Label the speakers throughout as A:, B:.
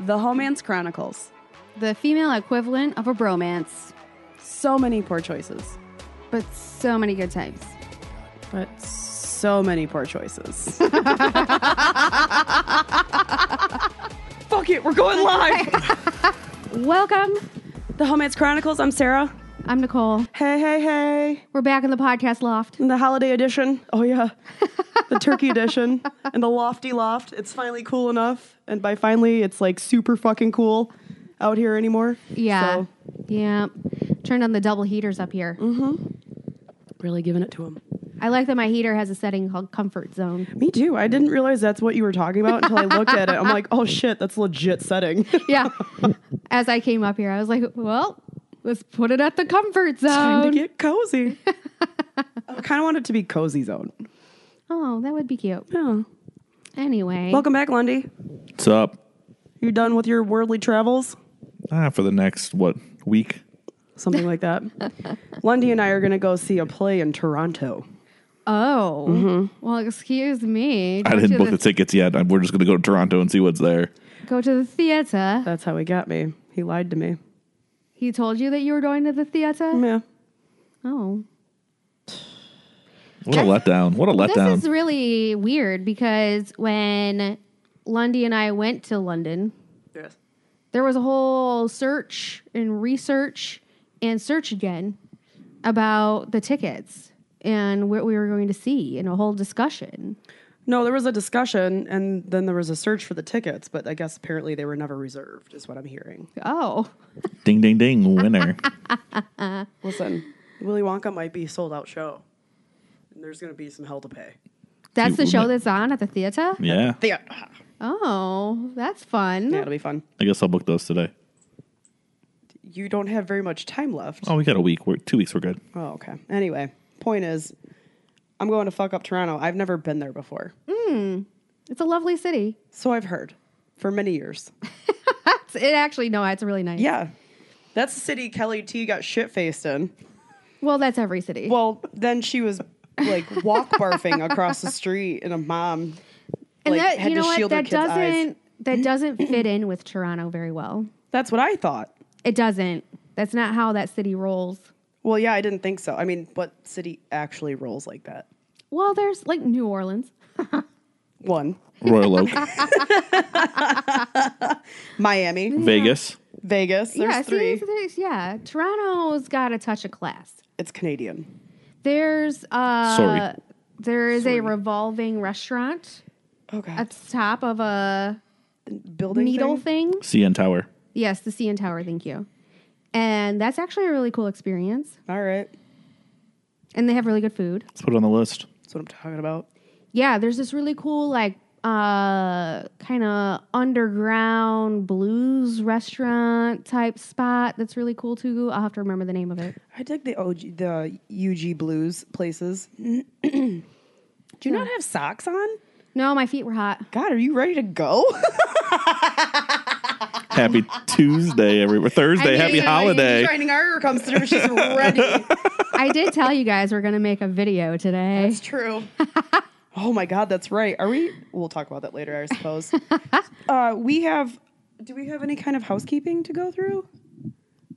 A: The Homance Chronicles.
B: The female equivalent of a bromance,
A: So many poor choices,
B: but so many good types.
A: but so many poor choices. Fuck it, we're going live.
B: Welcome.
A: the Homance Chronicles. I'm Sarah.
B: I'm Nicole.
A: Hey, hey, hey.
B: We're back in the podcast loft.
A: And the holiday edition. Oh, yeah. The turkey edition and the lofty loft. It's finally cool enough. And by finally, it's like super fucking cool out here anymore.
B: Yeah.
A: So,
B: Yeah. Turned on the double heaters up here.
A: really giving it to him.
B: I like that my heater has a setting called comfort zone.
A: Me too. I didn't realize that's what you were talking about until I looked at it. I'm like, oh shit, that's a legit setting.
B: Yeah. As I came up here, I was like, well, let's put it at the comfort
A: Time to
B: zone.
A: get cozy. I kind of want it to be cozy zone.
B: oh, that would be cute.
A: Yeah.
B: Anyway.
A: Welcome back, Lundy.
C: What's up?
A: You done with your worldly travels?
C: Ah, for the next what week?
A: Something like that. Lundy and I are going to go see a play in Toronto.
B: Oh. Well, excuse me.
C: I
B: Go
C: didn't
B: to
C: book the
B: the-
C: tickets yet. I- We're just gonna go to Toronto and see what's there.
B: Go to the theater.
A: That's how he got me. He lied to me.
B: He told you that you were going to the theater?
A: Yeah.
B: Oh.
C: What a letdown! What a
B: This
A: Um,
C: letdown!
B: is really weird because when Lundy and I went to London,
A: Yes.
B: there was a whole search and research and search again about the tickets and what we were going to see and a whole discussion.
A: No, there was a discussion and then there was a search for the tickets, but I guess apparently they were never reserved, is what I'm hearing.
B: Oh.
C: ding ding ding! Winner.
A: Listen, Willy Wonka might be a sold out show. And there's going to be some hell to pay.
B: That's the
C: Cute
B: show
C: woman.
B: that's on at the theater?
C: yeah,
A: Yeah,
B: Oh, that's fun.
A: that'll be fun.
C: I guess I'll book those today.
A: You don't have very much time left.
C: Oh, we got a week. We're two weeks. We're good.
A: Oh, okay. Anyway, point is, I'm going to fuck up Toronto. I've never been there before.
B: It's a lovely city.
A: So I've heard for many years.
B: It's- It actually, no, it's really nice.
A: Yeah. That's the city Kelly T got shit faced in.
B: Well, that's every city.
A: Well, then she was like walk barfing across the street, and a mom
B: and
A: like,
B: that
A: had
B: you know
A: to
B: what
A: shield her
B: that
A: kid's
B: doesn't
A: eyes.
B: that doesn't fit in with Toronto very well.
A: That's what I thought.
B: It doesn't. That's not how that city rolls.
A: Well, yeah, I didn't think so. I mean, what city actually rolls like that?
B: Well, there's like New Orleans.
A: One,
C: Royal Oak,
A: Miami,
C: Vegas.
A: Vegas. There's
B: yeah, see,
A: three.
B: there's- yeah. Toronto's got a touch of class.
A: It's Canadian.
B: There's uh
C: Sorry.
B: there is a revolving restaurant
A: Oh god,
B: at the top of a
A: building
B: needle thing.
C: CN Tower.
B: Yes, the CN Tower, thank you. And that's actually a really cool experience.
A: All right,
B: And they have really good food.
C: Let's put it on the list.
A: that's what I'm talking about.
B: yeah, there's this really cool like uh kind of underground blues restaurant type spot that's really cool too. I'll have to remember the name of it.
A: I dig the OG, the UG blues places. Do you not have socks on?
B: No, my feet were hot.
A: God, are you ready to go?
C: Happy Tuesday, every or Thursday.
B: I
C: Happy
B: knew you- I knew you
C: holiday.
A: Shining Armor comes through. She's ready.
B: I did tell you guys we're gonna make a video today.
A: It's true. oh my God, that's right. Are we? We'll talk about that later, I suppose. uh, we have. Do we have any kind of housekeeping to go through?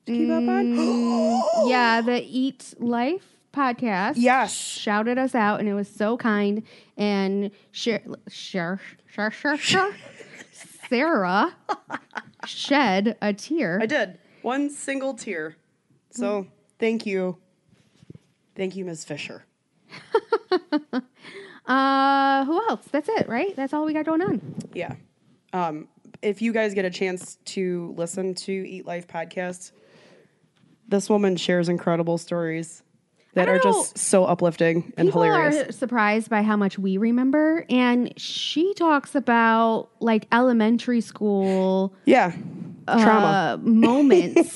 A: To keep up on?
B: Yeah, the Eat Life podcast.
A: Yes.
B: shouted us out, and it was so kind. And share, share, share, share, share. Sarah shed a tear.
A: I did one single tear. So Mm. thank you, thank you, Ms. Fisher.
B: Uh, who else? That's it, right? That's all we got going on.
A: Yeah. Um, if you guys get a chance to listen to Eat Life podcast, this woman shares incredible stories that
B: I
A: are
B: don't
A: just so uplifting and
B: People
A: hilarious.
B: are surprised by how much we remember, and she talks about like elementary school
A: Yeah.
B: uh,
A: Trauma.
B: moments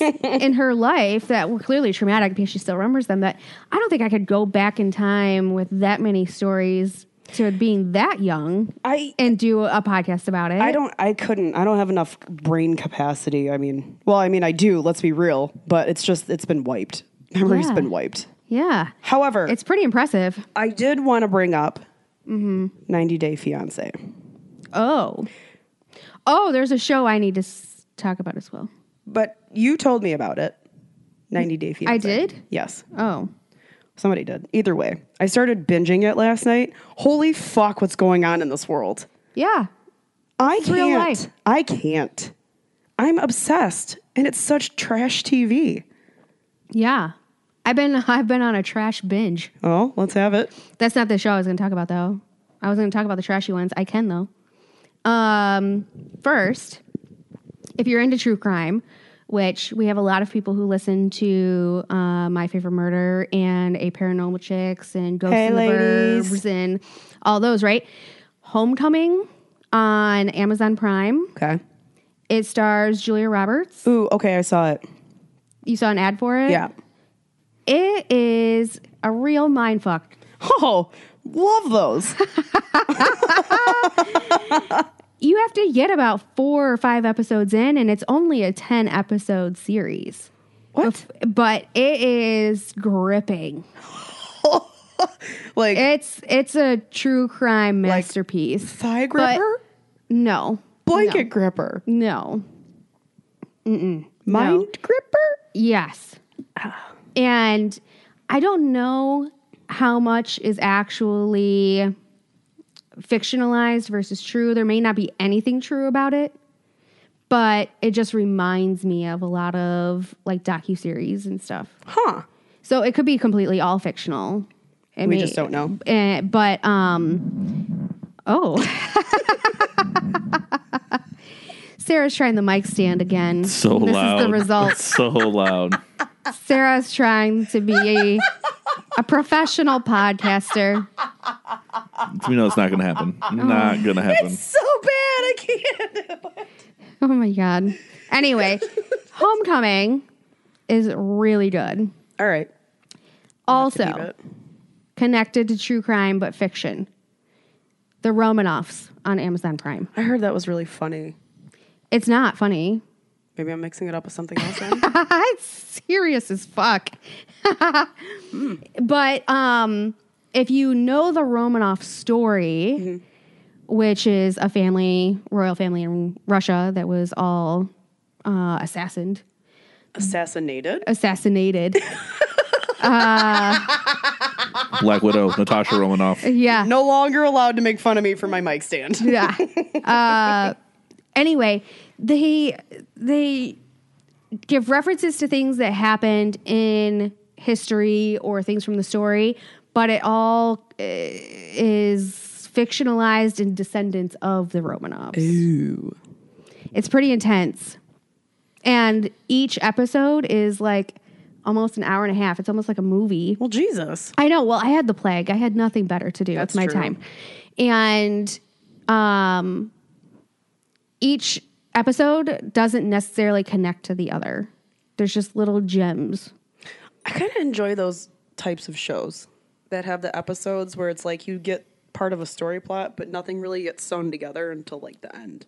B: in her life that were clearly traumatic because she still remembers them. That I don't think I could go back in time with that many stories to being that young
A: I
B: and do a podcast about it.
A: I don't I couldn't. I don't have enough brain capacity. I mean, well, I mean I do, let's be real, but it's just it's been wiped. Memory's
B: Yeah.
A: been wiped.
B: Yeah,
A: However,
B: it's pretty impressive.
A: I did
B: Mm-hmm.
A: want to bring up 90 Day Fiance.
B: Oh. Oh, there's a show I need to s- talk about as well.
A: But you told me about it. 90 Day Fiance.
B: I did?
A: Yes.
B: Oh,
A: Somebody did. Either way, I started binging it last night. Holy fuck, what's going on in this world?
B: yeah.
A: I
B: real
A: can't.
B: life.
A: I can't. I'm obsessed, and it's such trash TV.
B: Yeah. I've been I've been on a trash binge.
A: Oh, let's have it.
B: That's not the show I was going to talk about though. I was going to talk about the trashy ones. I can though. Um, first, if you're into true crime, which we have a lot of people who listen to uh, My Favorite Murder and A Paranormal Chicks and Ghosts
A: Hey,
B: and the
A: ladies.
B: Burbs and all those, right? Homecoming on Amazon Prime.
A: Okay.
B: It stars Julia Roberts.
A: Ooh, okay, I saw it.
B: You saw an ad for it?
A: Yeah.
B: It is a real mind fuck.
A: Oh, love those.
B: You have to get about four or five episodes in, and it's only a 10 episode series.
A: What?
B: But it is gripping.
A: Like
B: It's it's a true crime masterpiece.
A: thigh gripper,
B: no.
A: blanket gripper,
B: No.
A: mind gripper.
B: Yes. And I don't know how much is actually fictionalized versus true. There may not be anything true about it, but it just reminds me of a lot of like docuseries and stuff.
A: Huh.
B: So it could be completely all fictional. It
A: We
B: may-
A: just don't know.
B: Eh, but um, oh, Sarah's trying the mic stand again.
C: So
B: this
C: loud.
B: is the result.
C: So loud.
B: Sarah's trying to be a, a professional podcaster.
C: we know it's not going to happen. Not going to happen.
A: So bad, I can't.
B: Oh my god. Anyway, Homecoming is really good.
A: All right. Keep
B: Also
A: it.
B: connected to true crime but fiction. The Romanoffs on Amazon Prime.
A: I heard that was really funny.
B: It's not funny.
A: Maybe I'm mixing it up with something else. then.
B: it's serious as fuck. But um, if you know the Romanoff story, which is a family, royal family in Russia that was all uh, assassinated,
A: Assassinated.
B: assassinated.
C: Black Widow, Natasha Romanoff.
B: yeah.
A: No longer allowed to make fun of me for my mic stand.
B: yeah. Uh, anyway, they they give references to things that happened in history or things from the story, but it all uh, is fictionalized and descendants of the Romanovs.
A: Eh. Ooh.
B: It's pretty intense, and each episode is like almost an hour and a half. It's almost like a movie.
A: Well, Jesus.
B: I know. Well, I had the plague. I had nothing better to do
A: That's
B: with my
A: true.
B: time. And um each episode doesn't necessarily connect to the other. There's just little gems.
A: I kind of enjoy those types of shows that have the episodes where it's like you get part of a story plot, but nothing really gets sewn together until like the end.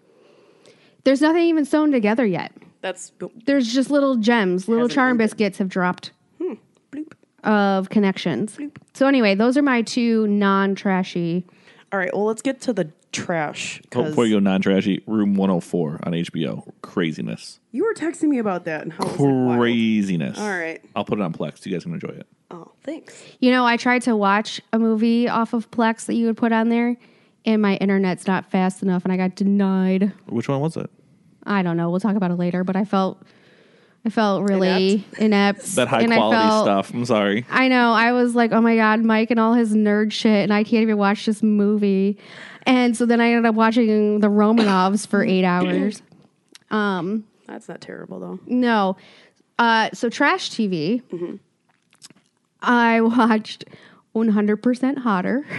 B: There's nothing even sewn together yet.
A: That's boop,
B: There's just little gems, little
A: Hasn't
B: charm
A: ended.
B: biscuits have dropped
A: bloop.
B: of connections. So anyway, those are my two non-trashy.
A: All right. Well, let's get to the trash
C: Oh,
A: because
C: Before you go non trashy, Room 104 on HBO. Craziness.
A: you were texting me about that and how was it wild?
C: Craziness.
A: All right.
C: I'll put it on Plex. You guys can enjoy it.
A: Oh, thanks.
B: You know, I tried to watch a movie off of Plex that you would put on there and my internet's not fast enough and I got denied.
C: Which one was it?
B: I don't know. We'll talk about it later. But I felt, I felt really inept.
C: That high
B: and I
C: quality
B: felt-
C: stuff. I'm sorry.
B: I know. I was like, oh my god, Mike and all his nerd shit, and I can't even watch this movie. And so then I ended up watching the Romanovs for eight hours.
A: That's not terrible though.
B: No, uh, so trash TV. I watched 100% hotter.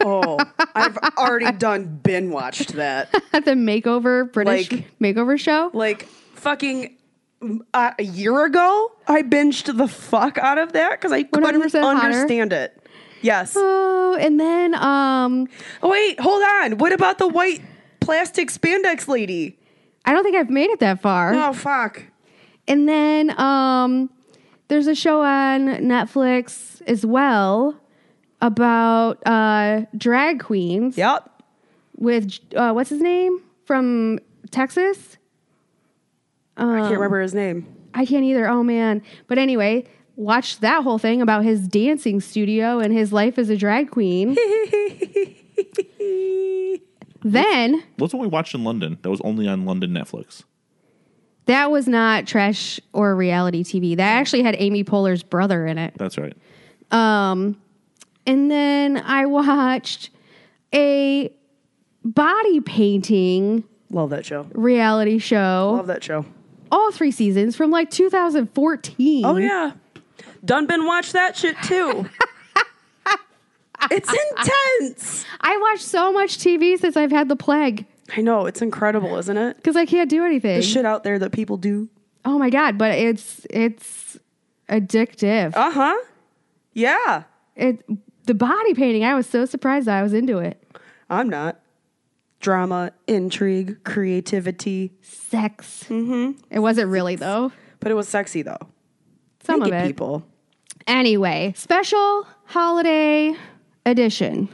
A: Oh, I've already done bin watched that.
B: At the makeover British
A: Like-
B: makeover show.
A: Like fucking uh, a year ago, I binged the fuck out of that because I couldn't
B: 100% hotter.
A: understand it. Yes.
B: Oh, and then um,
A: Oh, wait, hold on. What about the white plastic spandex lady?
B: I don't think I've made it that far.
A: Oh fuck.
B: And then um, there's a show on Netflix as well about uh, drag queens
A: Yep.
B: with uh, what's his name from Texas.
D: I can't remember his name.
B: I can't either. Oh man. But anyway, watched that whole thing about his dancing studio and his life as a drag queen. then
C: What's what we watched in London? That was only on London Netflix.
B: that was not trash or reality TV. That actually had Amy Poehler's brother in it.
C: That's right.
B: Um, and then I watched a body painting
D: Love that show.
B: reality show,
D: Love that show.
B: all three seasons from like 2014.
D: Oh yeah. Dunbin watched that shit too. it's intense.
B: I watched so much TV since I've had the plague
D: I know, it's incredible, isn't it?
B: because I can't do anything.
D: The shit out there that people do.
B: oh my god! But it's it's addictive.
D: Uh-huh. Yeah.
B: it the body painting. I was so surprised that I was into it.
D: I'm not. Drama, intrigue, creativity.
B: Sex. Mm-hmm. It wasn't really though.
D: But it was sexy though.
B: Some
D: Naked
B: of it.
D: people.
B: Anyway, special holiday edition.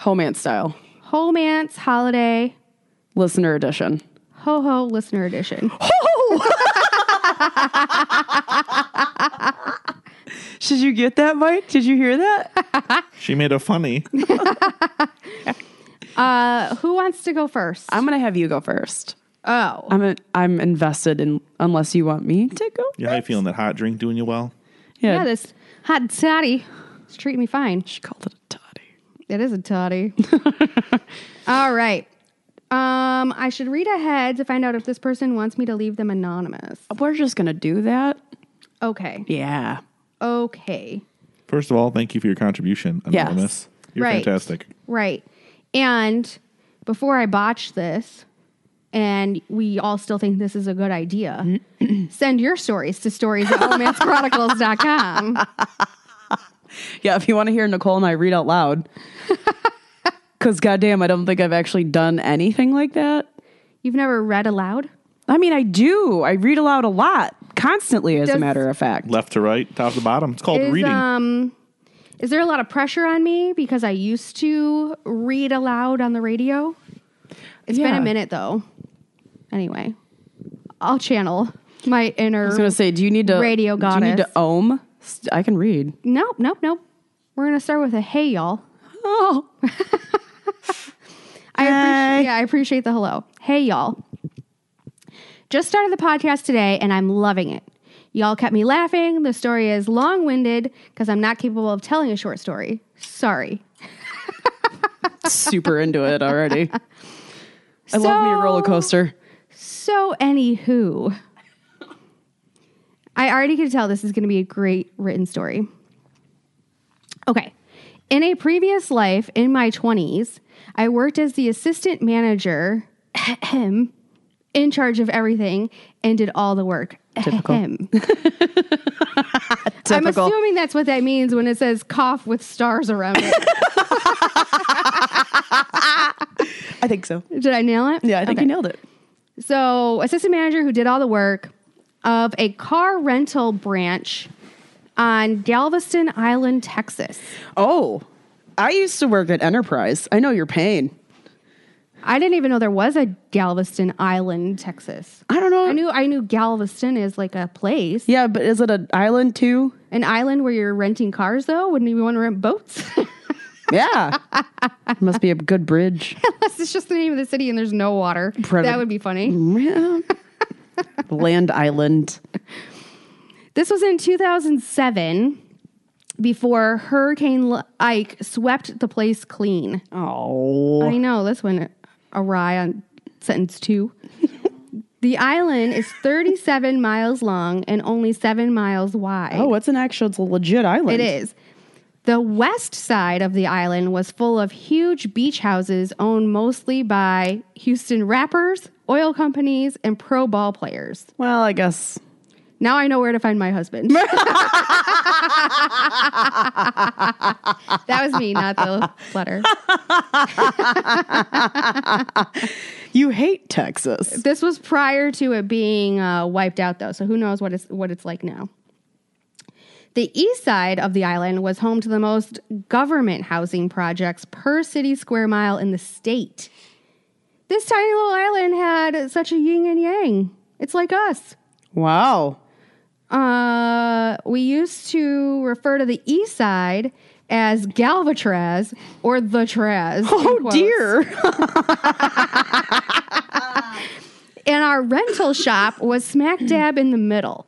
D: Homance style.
B: Homance holiday
D: Listener edition.
B: ho ho listener edition.
D: Did you get that, Mike? Did you hear that?
C: She made a funny.
B: Uh, who wants to go first?
C: Uh,
A: I'm gonna have you go first.
B: oh,
A: I'm a, I'm invested in unless you want me to go.
C: Yeah, how you feeling? That hot drink doing you well?
B: yeah, this hot toddy is treating me fine.
A: she called it a toddy.
B: It is a toddy. All right. Um, I should read ahead to find out if this person wants me to leave them anonymous.
A: We're just gonna do that.
B: Okay.
A: Yeah.
B: Okay.
C: First of all, thank you for your contribution,
A: Yes.
C: Anonymous. You're
B: Right.
C: fantastic.
B: Right. And before I botch this, and we all still think this is a good idea, send your stories to stories at romancechronicles.com.
A: Yeah. If you want to hear Nicole and I read out loud, because goddamn, I don't think I've actually done anything like that.
B: You've never read aloud?
A: I mean, I do. I read aloud a lot, constantly, as
B: Does-
A: a matter of fact.
C: Left to right, top to bottom. It's called
B: Is,
C: reading.
B: Um, is there a lot of pressure on me because I used to read aloud on the radio? It's been
A: Yeah.
B: a minute though. Anyway, I'll channel my inner.
A: I was gonna say, do you need to
B: Radio
A: Do you need
B: goddess.
A: to ohm? St- I can read.
B: Nope, nope, nope. We're gonna start with a hey, y'all.
A: Oh,
B: I appreciate, yeah, I appreciate the hello. Hey, y'all. Just started the podcast today and I'm loving it. Y'all kept me laughing. The story is long winded because I'm not capable of telling a short story. Sorry.
A: super into it already. I love me a roller
B: So-
A: coaster.
B: So, anywho, I already could tell this is going to be a great written story. Okay. In a previous life in my 20s, I worked as the assistant manager in charge of everything and did all the work. Typical. I'm
A: Typical.
B: assuming that's what that means when it says cough with stars around it.
A: I think so.
B: Did I nail it?
A: Yeah, I think
B: Okay.
A: you nailed it.
B: So, assistant manager who did all the work of a car rental branch on Galveston Island, Texas.
A: Oh, I used to work at Enterprise. I know your pain.
B: I didn't even know there was a Galveston Island, Texas.
A: I don't know.
B: I knew I knew Galveston is like a place,
A: yeah, but is it an island too?
B: an island where you're renting cars. Though, wouldn't you want to rent boats?
A: Yeah. Must be a good bridge.
B: Unless it's just the name of the city and there's no water.
A: Probably-
B: That would be funny.
A: Land island.
B: This was in 2007, before Hurricane L- Ike swept the place clean.
A: Oh.
B: I know this went awry on sentence two. the island is 37 miles long and only seven miles wide.
A: Oh, it's an actual, it's a legit island.
B: it is. The west side of the island was full of huge beach houses owned mostly by Houston rappers, oil companies, and pro ball players.
A: Well, I guess.
B: Now I know where to find my husband. that was me, not the letter.
A: You hate Texas.
B: This was prior to it being uh, wiped out, though, so who knows what it's what it's like now. The east side of the island was home to the most government housing projects per city square mile in the state. This tiny little island had such a yin and yang. It's like us.
A: Wow.
B: Uh, we used to refer to the east side as Galvatraz or the Traz. in
A: Oh
B: quotes.
A: dear.
B: And our rental shop was smack dab in the middle.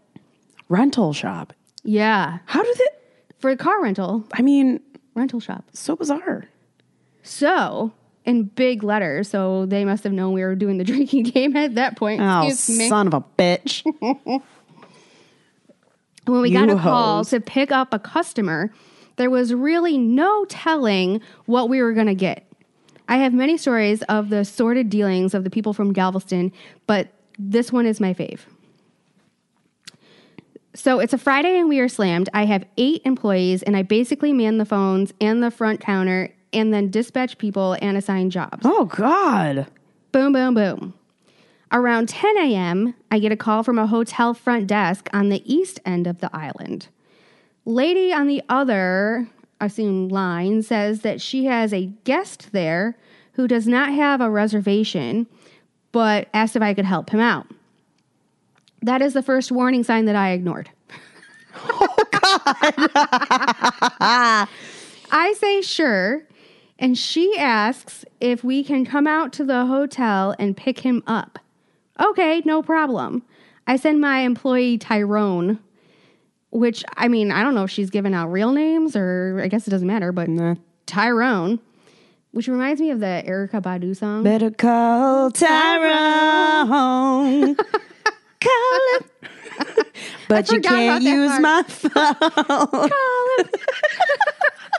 A: Rental shop.
B: Yeah.
A: How did it?
B: For car rental,
A: I mean,
B: rental shop.
A: so bizarre.
B: So, in big letters, so they must have known we were doing the drinking game at that point.
A: Oh,
B: Excuse me.
A: son of a bitch.
B: When we
A: you
B: got a call
A: hoes.
B: to pick up a customer, there was really no telling what we were going to get. I have many stories of the sordid dealings of the people from Galveston, but this one is my fave. So it's a Friday and we are slammed. I have eight employees and I basically man the phones and the front counter and then dispatch people and assign jobs.
A: oh God.
B: Boom, boom, boom. Around 10 a.m., I get a call from a hotel front desk on the east end of the island. Lady on the other, assumed line, says that she has a guest there who does not have a reservation, but asked if I could help him out. That is the first warning sign that I ignored. Oh, God. I say, sure. And she asks if we can come out to the hotel and pick him up. Okay, no problem. I send my employee Tyrone, which I mean, I don't know if she's given out real names or I guess it doesn't matter, but
A: Nah.
B: Tyrone, which reminds me of the Erica Badu song.
A: Better call Tyrone. call him. But you
B: forgot
A: can't
B: about that
A: use
B: part.
A: my phone.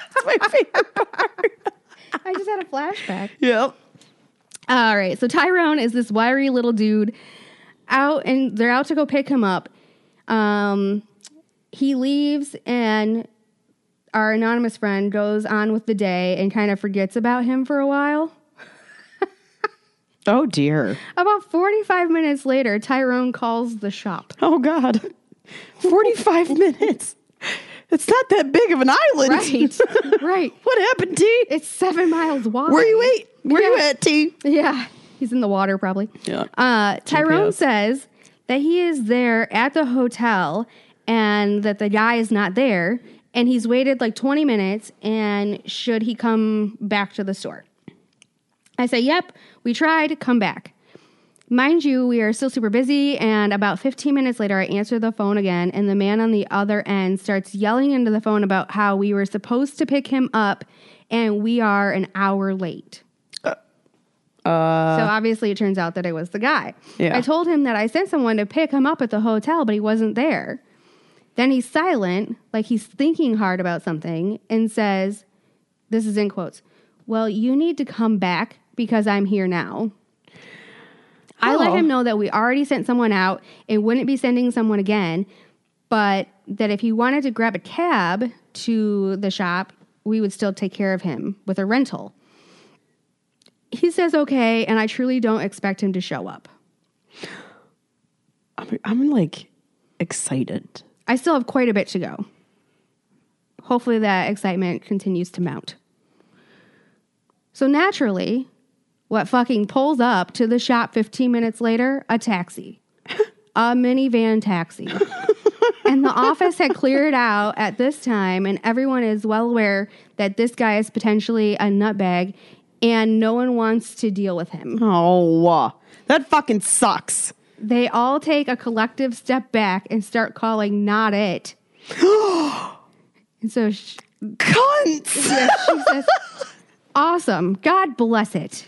A: That's my favorite part.
B: I just had a flashback.
A: Yep.
B: All right. So Tyrone is this wiry little dude out and they're out to go pick him up. Um, he leaves and our anonymous friend goes on with the day and kind of forgets about him for a while.
A: Oh dear.
B: About 45 minutes later, Tyrone calls the shop.
A: Oh God. 45 minutes. It's not that big of an island.
B: Right. right.
A: what happened, T?
B: It's seven miles wide.
A: Where you at? Where you
B: Yeah.
A: at, T?
B: Yeah. He's in the water probably.
A: Yeah.
B: Uh, Tyrone
A: GPS.
B: says that he is there at the hotel and that the guy is not there. And he's waited like 20 minutes. And should he come back to the store? I say, Yep, we tried, come back. Mind you, we are still super busy. And about 15 minutes later, I answer the phone again. And the man on the other end starts yelling into the phone about how we were supposed to pick him up and we are an hour late. So obviously, it turns out that it was the guy.
A: Yeah.
B: I told him that I sent someone to pick him up at the hotel, but he wasn't there. Then he's silent, like he's thinking hard about something, and says, This is in quotes, Well, you need to come back because I'm here now. I let
A: Oh.
B: him know that we already sent someone out and wouldn't be sending someone again, but that if he wanted to grab a cab to the shop, we would still take care of him with a rental he says okay, and I truly don't expect him to show up.
A: I'm, I'm like excited.
B: I still have quite a bit to go. Hopefully, that excitement continues to mount. So, naturally, what fucking pulls up to the shop 15 minutes later? A taxi, a minivan taxi. and the office had cleared out at this time, and everyone is well aware that this guy is potentially a nutbag and no one wants to deal with him.
A: Oh, uh, that fucking sucks.
B: They all take a collective step back and start calling not it. and so she,
A: Cunts.
B: yeah, she says, Awesome. God bless it.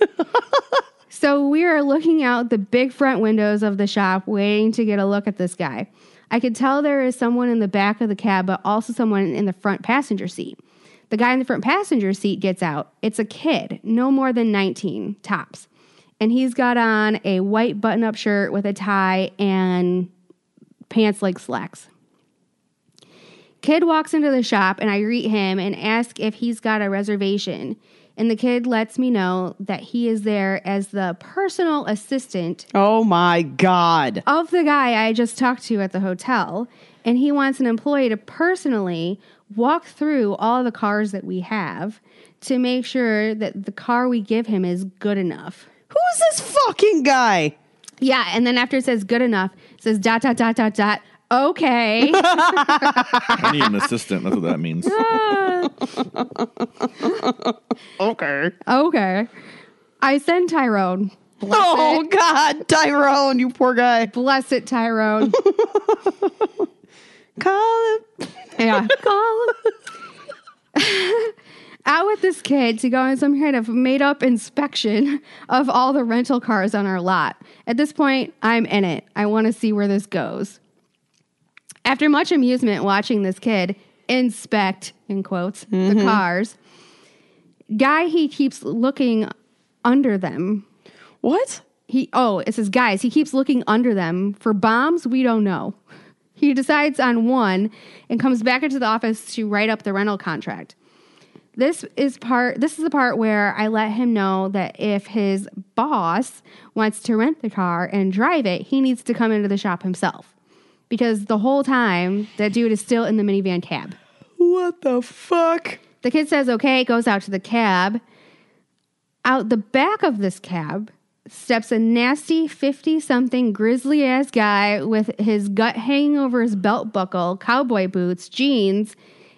B: so we are looking out the big front windows of the shop, waiting to get a look at this guy. I could tell there is someone in the back of the cab, but also someone in the front passenger seat. The guy in the front passenger seat gets out. It's a kid, no more than 19 tops. And he's got on a white button up shirt with a tie and pants like slacks. Kid walks into the shop and I greet him and ask if he's got a reservation. And the kid lets me know that he is there as the personal assistant
A: Oh my God.
B: of the guy I just talked to at the hotel. And he wants an employee to personally walk through all the cars that we have to make sure that the car we give him is good enough.
A: Who's this fucking guy?
B: Yeah, and then after it says good enough, it says dot dot dot dot dot. Okay.
C: I need an assistant. That's what that means.
A: Okay.
B: okay. I send Tyrone.
A: Oh God, Tyrone, you poor guy.
B: Bless it, Tyrone.
A: Call him.
B: Yeah. Call out with this kid to go on some kind of made up inspection of all the rental cars on our lot. At this point, I'm in it. I want to see where this goes. After much amusement watching this kid inspect, in quotes, the cars, guy he keeps looking under them.
A: What?
B: He oh, it says guys, he keeps looking under them for bombs we don't know. He decides on one and comes back into the office to write up the rental contract. This is part this is the part where I let him know that if his boss wants to rent the car and drive it, he needs to come into the shop himself. Because the whole time that dude is still in the minivan cab.
A: What the fuck?
B: The kid says, okay, goes out to the cab. Out the back of this cab steps a nasty 50 something grizzly ass guy with his gut hanging over his belt buckle, cowboy boots, jeans,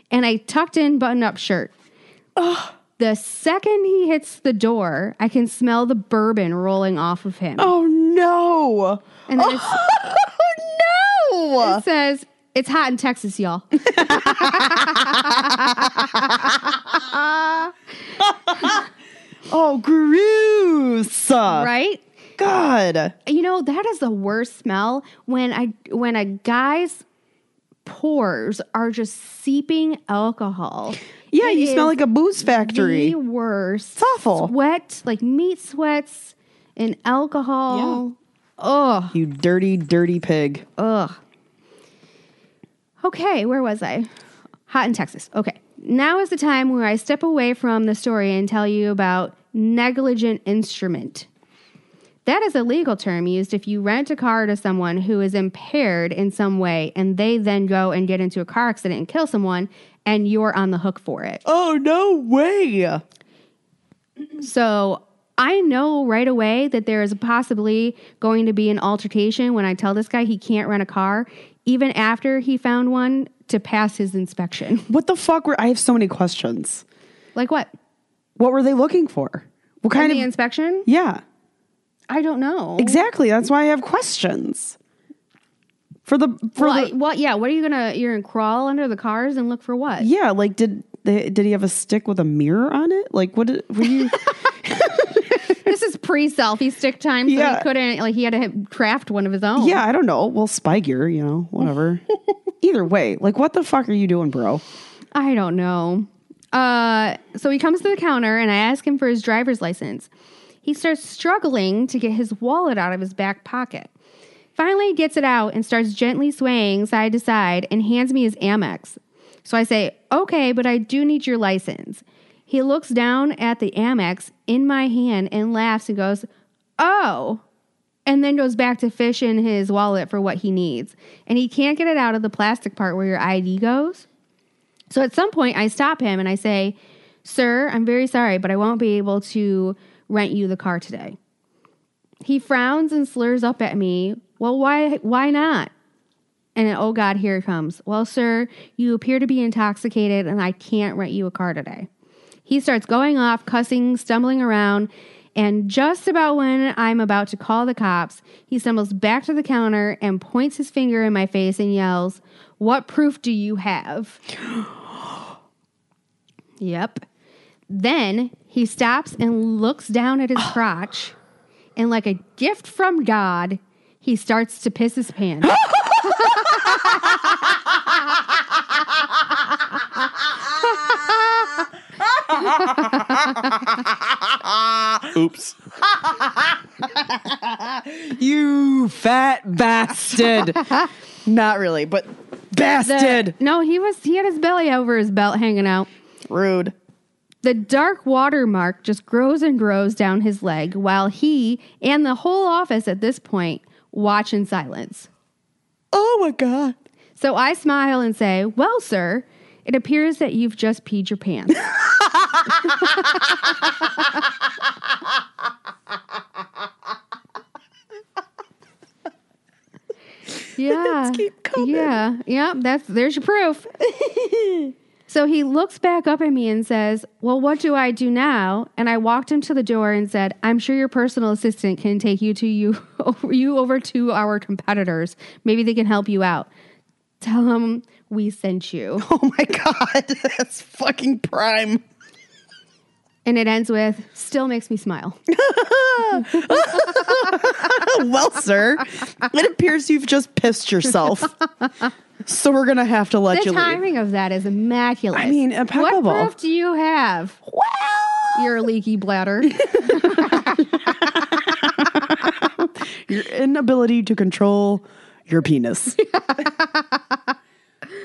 B: and a tucked in button up shirt. The second he hits the door, I can smell the bourbon rolling off of him.
A: Oh no. Oh,
B: And then it's,
A: no.
B: it says, it's hot in Texas, y'all.
A: Oh, gross.
B: Right?
A: God.
B: you know that is the worst smell when i when a guy's pores are just seeping alcohol
A: Yeah,
B: It
A: you smell
B: is
A: like a booze factory.
B: the worst
A: It's awful.
B: sweat like meat sweats and alcohol ugh
A: You dirty, dirty pig.
B: ugh okay where was i hot in texas okay now is the time where i step away from the story and tell you about negligent instrument That is a legal term used if you rent a car to someone who is impaired in some way and they then go and get into a car accident and kill someone and you're on the hook for it.
A: Oh no way.
B: So I know right away that there is possibly going to be an altercation when I tell this guy he can't rent a car, even after he found one to pass his inspection.
A: What the fuck were I have so many questions.
B: Like what?
A: What were they looking for? What kind
B: the
A: of
B: inspection?
A: Yeah.
B: I don't know.
A: Exactly. That's why I have questions. For the for
B: Well, I-
A: the
B: well, yeah. What are you gonna? You're gonna crawl under the cars and look for what?
A: Yeah, like did they, did he have a stick with a mirror on it? Like what did, were you
B: this is pre selfie stick time, so
A: Yeah.
B: he couldn't like he had to ha- craft one of his own.
A: Yeah, I don't know. Well, spy gear, you know, whatever. Either way, like what the fuck are you doing, bro?
B: I don't know. Uh, so he comes to the counter, and I ask him for his driver's license. He starts struggling to get his wallet out of his back pocket. Finally, he gets it out and starts gently swaying side to side and hands me his Amex. So I say, "Okay, but I do need your license." He looks down at the Amex in my hand and laughs and goes, "Oh." and then goes back to fish in his wallet for what he needs. And he can't get it out of the plastic part where your ID goes. So at some point, I stop him and I say, Sir, I'm very sorry, but I won't be able to rent you the car today. He frowns and slurs up at me. Well, why, why not? And then, oh God, here it comes. Well, sir, you appear to be intoxicated and I can't rent you a car today. He starts going off, cussing, stumbling around, and just about when I'm about to call the cops, he stumbles back to the counter and points his finger in my face and yells, What proof do you have? yep. Then he stops and looks down at his crotch, and like a gift from God, he starts to piss his pants.
C: Oops.
A: You fat bastard. Not really, but bastard.
B: No, he was he had his belly over his belt hanging out.
A: Rude.
B: The dark watermark just grows and grows down his leg while he and the whole office at this point watch in silence.
A: Oh my god.
B: So I smile and say, Well, sir, it appears that you've just peed your pants. Yeah.
D: keep coming.
B: Yeah. Yep. That's there's your proof. so he looks back up at me and says, Well, what do I do now? And I walked him to the door and said, I'm sure your personal assistant can take you to you over you over to our competitors. Maybe they can help you out. Tell them we sent you.
A: Oh my god, that's fucking prime.
B: and it ends with still makes me smile.
A: well, sir, it appears you've just pissed yourself. So we're gonna have to let
B: the
A: you leave.
B: timing of that is immaculate.
A: I mean, impeccable.
B: What proof do you have? Your leaky bladder.
A: Your inability to control your penis.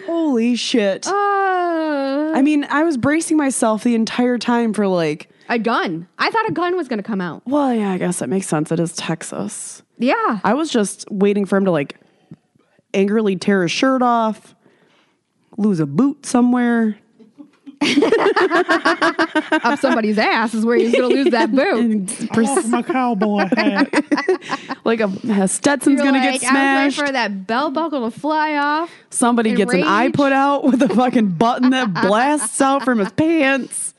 A: Holy shit.
B: Oh.
A: I mean, I was bracing myself the entire time for like,
B: A gun. I thought a gun was going to come out.
A: well, yeah, I guess that makes sense. It is Texas.
B: Yeah.
A: I was just waiting for him to like angrily tear his shirt off, lose a boot somewhere,
B: Up somebody's ass is where he's going to lose that boot.
A: and pers-
C: my cowboy hat.
A: like a, a Stetson's
B: You're
A: gonna
B: like,
A: get
B: I was
A: smashed.
B: waiting for that belt buckle to fly off.
A: Somebody gets an eye
B: Enraged.
A: put out with a fucking button that blasts out from his pants.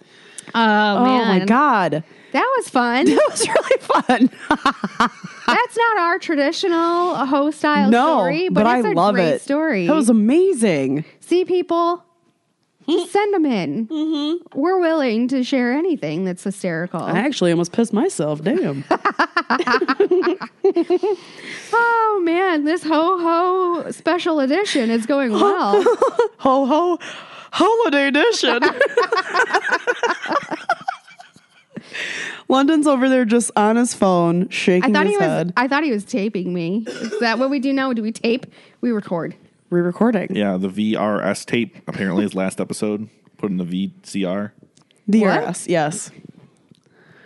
B: Oh, man.
A: Oh my god,
B: That was fun.
A: that was really fun.
B: That's not our traditional host style
A: no,
B: story,
A: but,
B: but,
A: I
B: it's a
A: love
B: great
A: it.
B: story.
A: That was amazing.
B: See, people, send them in. We're willing to share anything that's hysterical.
A: I actually almost pissed myself. Damn.
B: oh, man, this ho ho special edition is going well.
A: ho ho, holiday edition. London's over there just on his phone,
B: I
A: shaking
B: thought
A: his
B: he was.
A: head.
B: I thought he was taping me. Is that what we do now? Do we tape? We record.
A: Re-recording
C: Yeah, the VRS tape apparently his last episode. Put in the VCR.
A: DRS. Yes.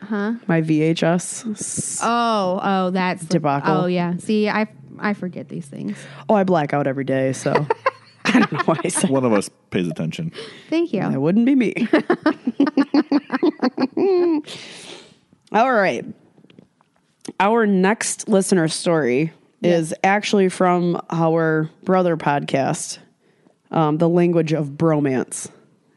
A: Huh. My VHS.
B: Oh, oh, that's the-
A: Debacle.
B: Oh, yeah. See, I I forget these things.
A: Oh, I black out every day, so I don't know why I said
C: One of us pays attention.
B: Thank you.
A: that wouldn't be me. All right. Our next listener story is actually from our brother podcast, um, The Language of Bromance.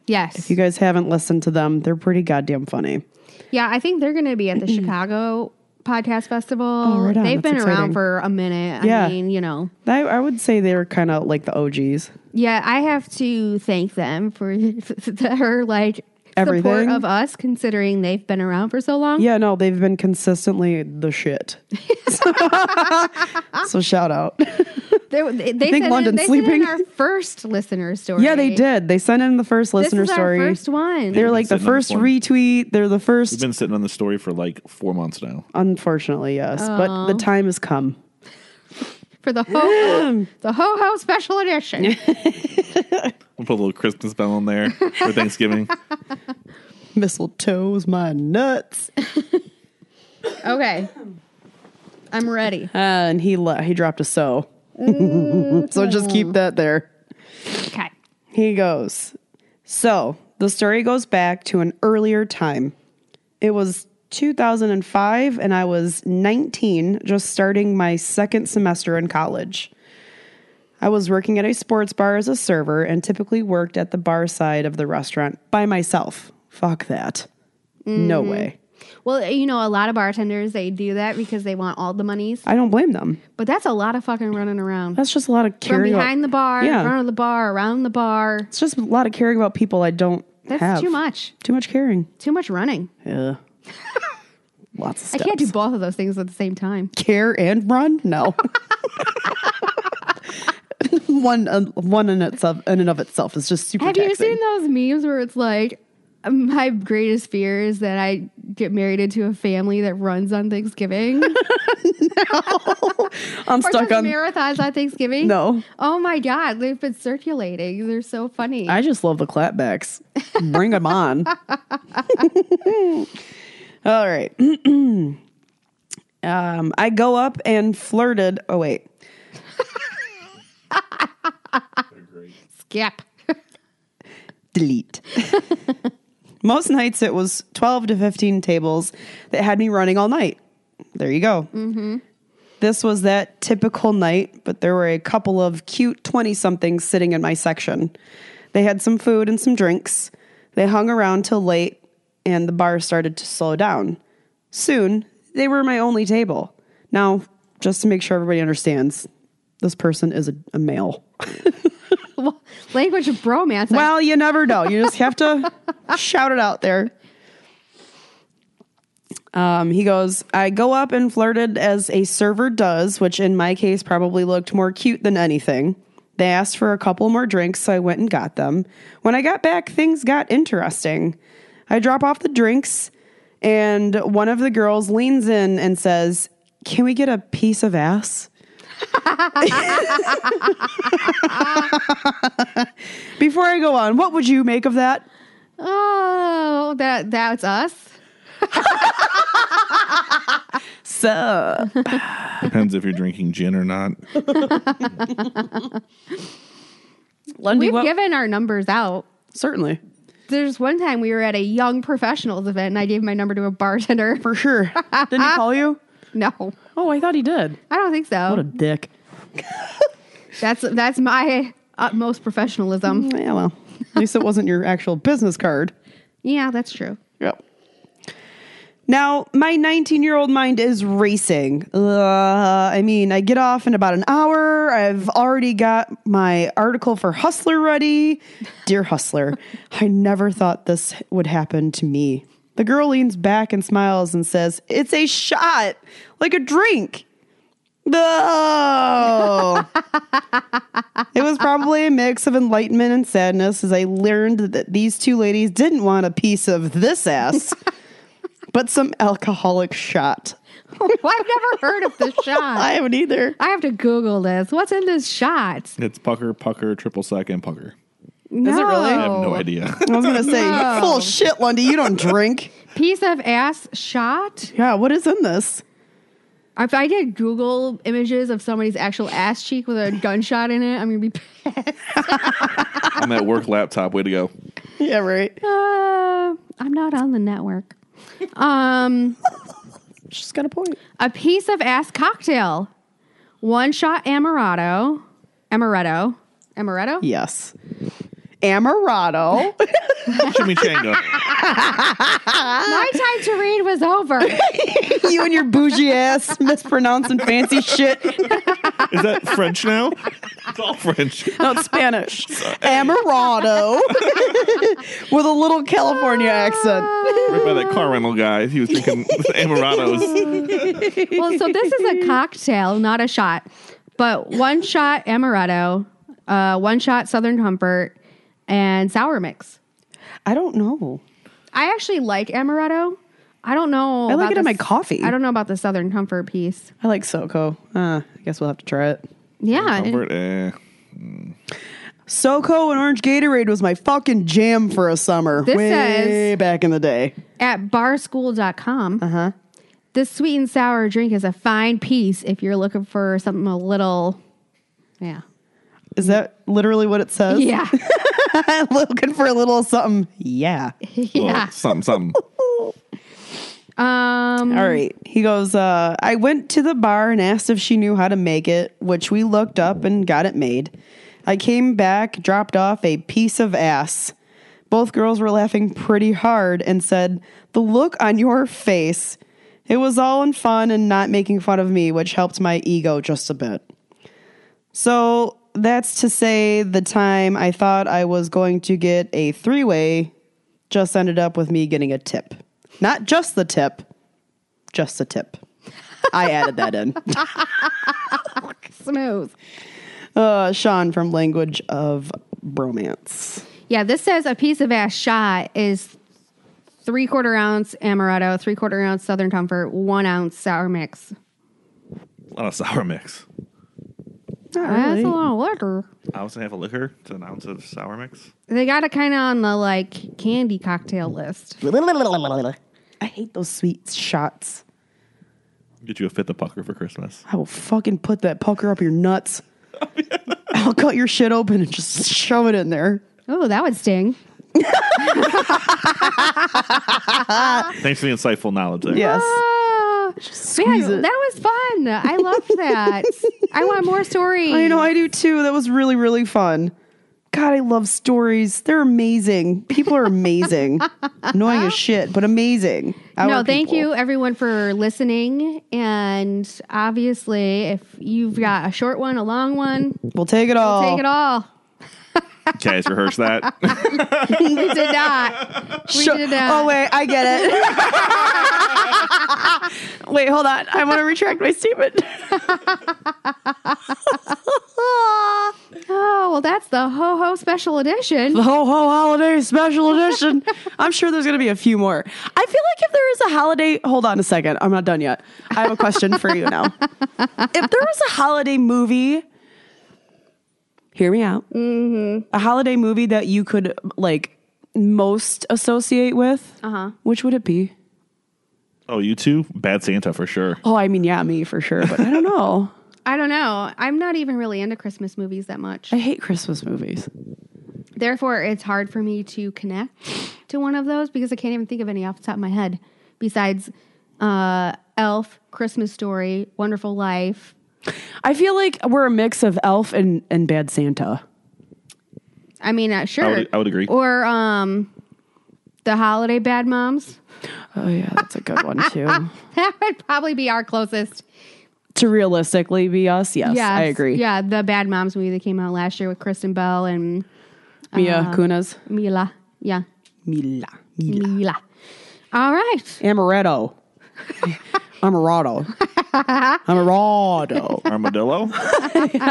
B: Yes.
A: You guys haven't listened to them, they're pretty goddamn funny.
B: yeah, I think they're going to be at the Chicago Podcast Festival.
A: Oh, right on.
B: They've
A: That's
B: been
A: exciting.
B: around for a minute. I
A: Yeah.
B: mean, you know.
A: I, I would say they're kind of like the OGs.
B: Yeah, I have to thank them for their like
A: Everything.
B: support of us, considering they've been around for so long.
A: Yeah, no, they've been consistently the shit. so shout out.
B: They, they, they
A: think
B: sent in-
A: London's
B: they sent in
A: sleeping.
B: our first listener story.
A: Yeah, they did. They sent in the first
B: This
A: listener
B: is our
A: story.
B: first one.
A: They're
C: We've
A: like the
C: been sitting on this
A: first
C: one.
A: retweet. They're the first.
C: We've been sitting on the story for like four months now.
A: unfortunately, yes, but the time has come.
B: for the ho the ho ho special edition.
C: We'll put a little Christmas bell in there for Thanksgiving.
A: Mistletoe's my nuts, uh,
B: Okay, I'm ready.
A: and he le- he dropped a so. so just keep that there.
B: Okay,
A: He goes. So the story goes back to an earlier time. It was 2005, and I was 19, just starting my second semester in college. I was working at a sports bar as a server and typically worked at the bar side of the restaurant by myself. Fuck that. No
B: Mm-hmm.
A: way.
B: well, you know, a lot of bartenders they do that because they want all the monies,
A: I don't blame them.
B: but that's a lot of fucking running around
A: That's just a lot of
B: from
A: caring.
B: behind the
A: about,
B: bar,
A: Yeah.
B: in front of the bar, around the bar.
A: it's just a lot of caring about people I don't
B: That's
A: have.
B: too much.
A: Too much caring.
B: Too much running.
A: Yeah. Lots of
B: I
A: steps.
B: can't do both of those things at the same time.
A: care and run? No. one um, one in itself in and of itself is just super.
B: Have you
A: taxing.
B: seen those memes where it's like, um, my greatest fear is that I get married into a family that runs on Thanksgiving or
A: I'm
B: just
A: stuck on.
B: marathons on Thanksgiving?
A: No.
B: Oh my God, they've been circulating. They're so funny.
A: I just love the clapbacks. Bring them on. All right. um, I go up and flirted. Oh wait.
B: Skip.
A: delete. Most nights it was 12 to 15 tables that had me running all night. There you go. Mm-hmm. This was that typical night, but there were a couple of cute 20 somethings sitting in my section. They had some food and some drinks. They hung around till late, and the bar started to slow down. Soon, they were my only table. Now, just to make sure everybody understands, this person is a, a male.
B: Well, language of bromance. I-
A: Well, you never know. You just have to shout it out there. Um, he goes, I go up and flirted as a server does, which in my case probably looked more cute than anything. They asked for a couple more drinks, so I went and got them. When I got back, things got interesting. I drop off the drinks, and one of the girls leans in and says, Can we get a piece of ass? Before I go on, what would you make of that?
B: oh, that that's us.
A: So,
C: Depends if you're drinking gin or not.
A: Lundy,
B: We've
A: what-
B: given our numbers out.
A: certainly.
B: There's one time we were at a young professionals event and I gave my number to a bartender.
A: For sure. Didn't he call you?
B: No,
A: Oh, I thought he did.
B: I don't think so.
A: What a dick.
B: that's that's my utmost professionalism.
A: Yeah, well, at least it wasn't your actual business card.
B: Yeah, that's true.
A: Yep. Now, my 19 year old mind is racing. Uh, I mean, I get off in about an hour. I've already got my article for Hustler ready. Dear Hustler, I never thought this would happen to me. The girl leans back and smiles and says, It's a shot, like a drink. No. it was probably a mix of enlightenment and sadness as I learned that these two ladies didn't want a piece of this ass, but some alcoholic shot.
B: well, I've never heard of this shot.
A: I haven't either.
B: I have to Google this. What's in this shot?
C: It's pucker, pucker, triple sec, and pucker.
B: No.
A: it really?
C: I
B: Oh.
C: have no idea.
A: I was going to say,
B: No.
A: full of shit, Lundy. You don't drink.
B: Piece of ass shot.
A: Yeah, what is in this?
B: If I get Google images of somebody's actual ass cheek with a gunshot in it, I'm gonna be pissed.
C: I'm at work laptop. Way to go.
A: Yeah, right.
B: Uh, I'm not on the network. Um,
A: She's got a point.
B: a piece of ass cocktail, one shot amaretto, amaretto, amaretto.
A: Yes. Amaretto.
C: Chimichanga.
B: My time to read was over.
A: you and your bougie ass mispronouncing fancy shit.
C: Is that French now? It's all French.
A: not Spanish. Amaretto with a little California accent.
C: Right by that car rental guy. He was drinking Amarados.
B: well, so this is a cocktail, not a shot, but one shot amaretto, uh, one shot Southern Comfort, and sour mix.
A: I don't know.
B: I actually like amaretto. I don't know.
A: I like
B: about
A: it in
B: the
A: my
B: s-
A: coffee.
B: I don't know about the Southern Comfort piece.
A: I like SoCo. Uh, I guess we'll have to try it.
B: Yeah,
C: Comfort, eh.
A: SoCo and Orange Gatorade was my fucking jam for a summer
B: This
A: way
B: says-
A: back in the day.
B: at barschool.com. Uh-huh. This sweet and sour drink is a fine piece if you're looking for something a little, yeah,
A: Is that literally what it says?
B: yeah,
A: Looking for a little something. Yeah.
C: Well,
B: yeah.
C: Something, something.
B: Um,
A: All right. He goes, uh, I went to the bar and asked if she knew how to make it, which we looked up and got it made. I came back, dropped off a piece of ass. Both girls were laughing pretty hard and said, The look on your face. It was all in fun and not making fun of me, which helped my ego just a bit. So that's to say, the time I thought I was going to get a three way just ended up with me getting a tip. Not just the tip, just a tip. I added that in.
B: smooth.
A: Uh, Sean from Language of Bromance.
B: Yeah, this says a piece of ass shot is three quarter ounce amaretto, three quarter ounce Southern Comfort, one ounce sour mix.
C: A lot of sour mix.
B: That's a lot of liquor.
C: I was gonna have a liquor to an ounce of sour mix.
B: They got it kind of on the like candy cocktail list.
A: I hate those sweet shots.
C: Get you a fifth of pucker for Christmas.
A: I will fucking put that pucker up your nuts. I'll cut your shit open and just shove it in there.
B: Oh, that would sting.
C: Thanks for the insightful knowledge there.
A: Yes.
B: Ah, Man,
A: it.
B: that was fun. I loved that. I want more stories.
A: I know I do too. That was really really fun. God, I love stories. They're amazing. People are amazing. Annoying as shit, but amazing.
B: no,
A: Our
B: thank
A: people.
B: you everyone for listening. And obviously, if you've got a short one, a long one,
A: We'll take it all.
B: take it all.
C: You guys rehearse that.
B: We did not. We
A: Sure.
B: did not.
A: Oh wait, I get it. wait, hold on. I want to retract my statement.
B: Oh, well, that's the ho ho special edition.
A: the ho ho holiday special edition. I'm sure there's gonna be a few more. I feel like if there is a holiday, hold on a second, I'm not done yet. I have a question for you now. If there was a holiday movie, hear me out. A holiday movie that you could like most associate with,
B: Uh-huh.
A: which would it be?
C: oh, you two, bad Santa for sure.
A: Oh, I mean, yeah, me for sure, but I don't know.
B: I don't know. I'm not even really into Christmas movies that much.
A: I hate Christmas movies.
B: Therefore, it's hard for me to connect to one of those because I can't even think of any off the top of my head besides uh, Elf, Christmas Story, Wonderful Life.
A: I feel like we're a mix of Elf and, and Bad Santa.
B: I mean, uh, sure.
C: I would agree.
B: Or um, The Holiday Bad Moms.
A: Oh yeah, that's a good one too.
B: That would probably be our closest.
A: to realistically be us, yes, I agree.
B: Yeah, the Bad Moms movie that came out last year with Kristen Bell and
A: Mia Kunis.
B: Mila. Yeah,
A: Mila.
B: Mila. All right.
A: Amaretto. Amaretto. Amaretto.
C: Armadillo.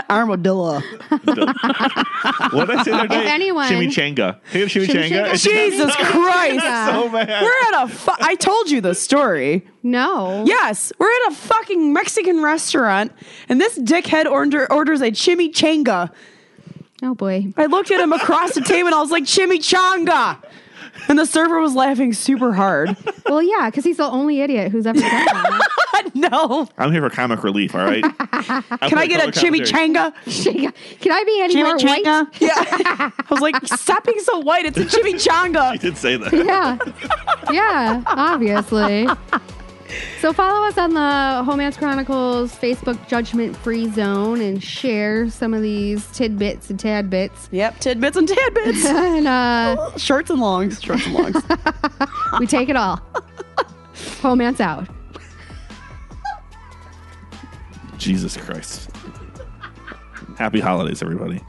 A: Armadillo.
C: what did I say the other day?
B: anyone-
C: Chimichanga. Hey,
B: Chimichanga.
C: chimichanga. It's oh,
A: Jesus Christ.
C: so bad.
A: We're at a fu- I told you the story.
B: No.
A: Yes, we're at a fucking Mexican restaurant and this dickhead order- orders a chimichanga.
B: Oh boy.
A: I looked at him across the table and I was like, chimichanga. And the server was laughing super hard.
B: Well, yeah, because he's the only idiot who's ever done that.
A: no.
C: I'm here for comic relief. All right.
A: Can I get a chimichanga?
B: Changa. Can I be any more white?
A: Yeah. I was like, stop being so white. It's a
C: I
A: chimichanga.
C: did say that.
B: Yeah. Yeah, obviously. So follow us on the Homance Chronicles Facebook Judgment Free Zone and share some of these tidbits and tadbits.
A: Yep, tidbits and tidbits.
B: And uh,
A: Shorts and longs. Shorts and longs.
B: we take it all. Homance out.
C: Jesus Christ. Happy holidays, everybody.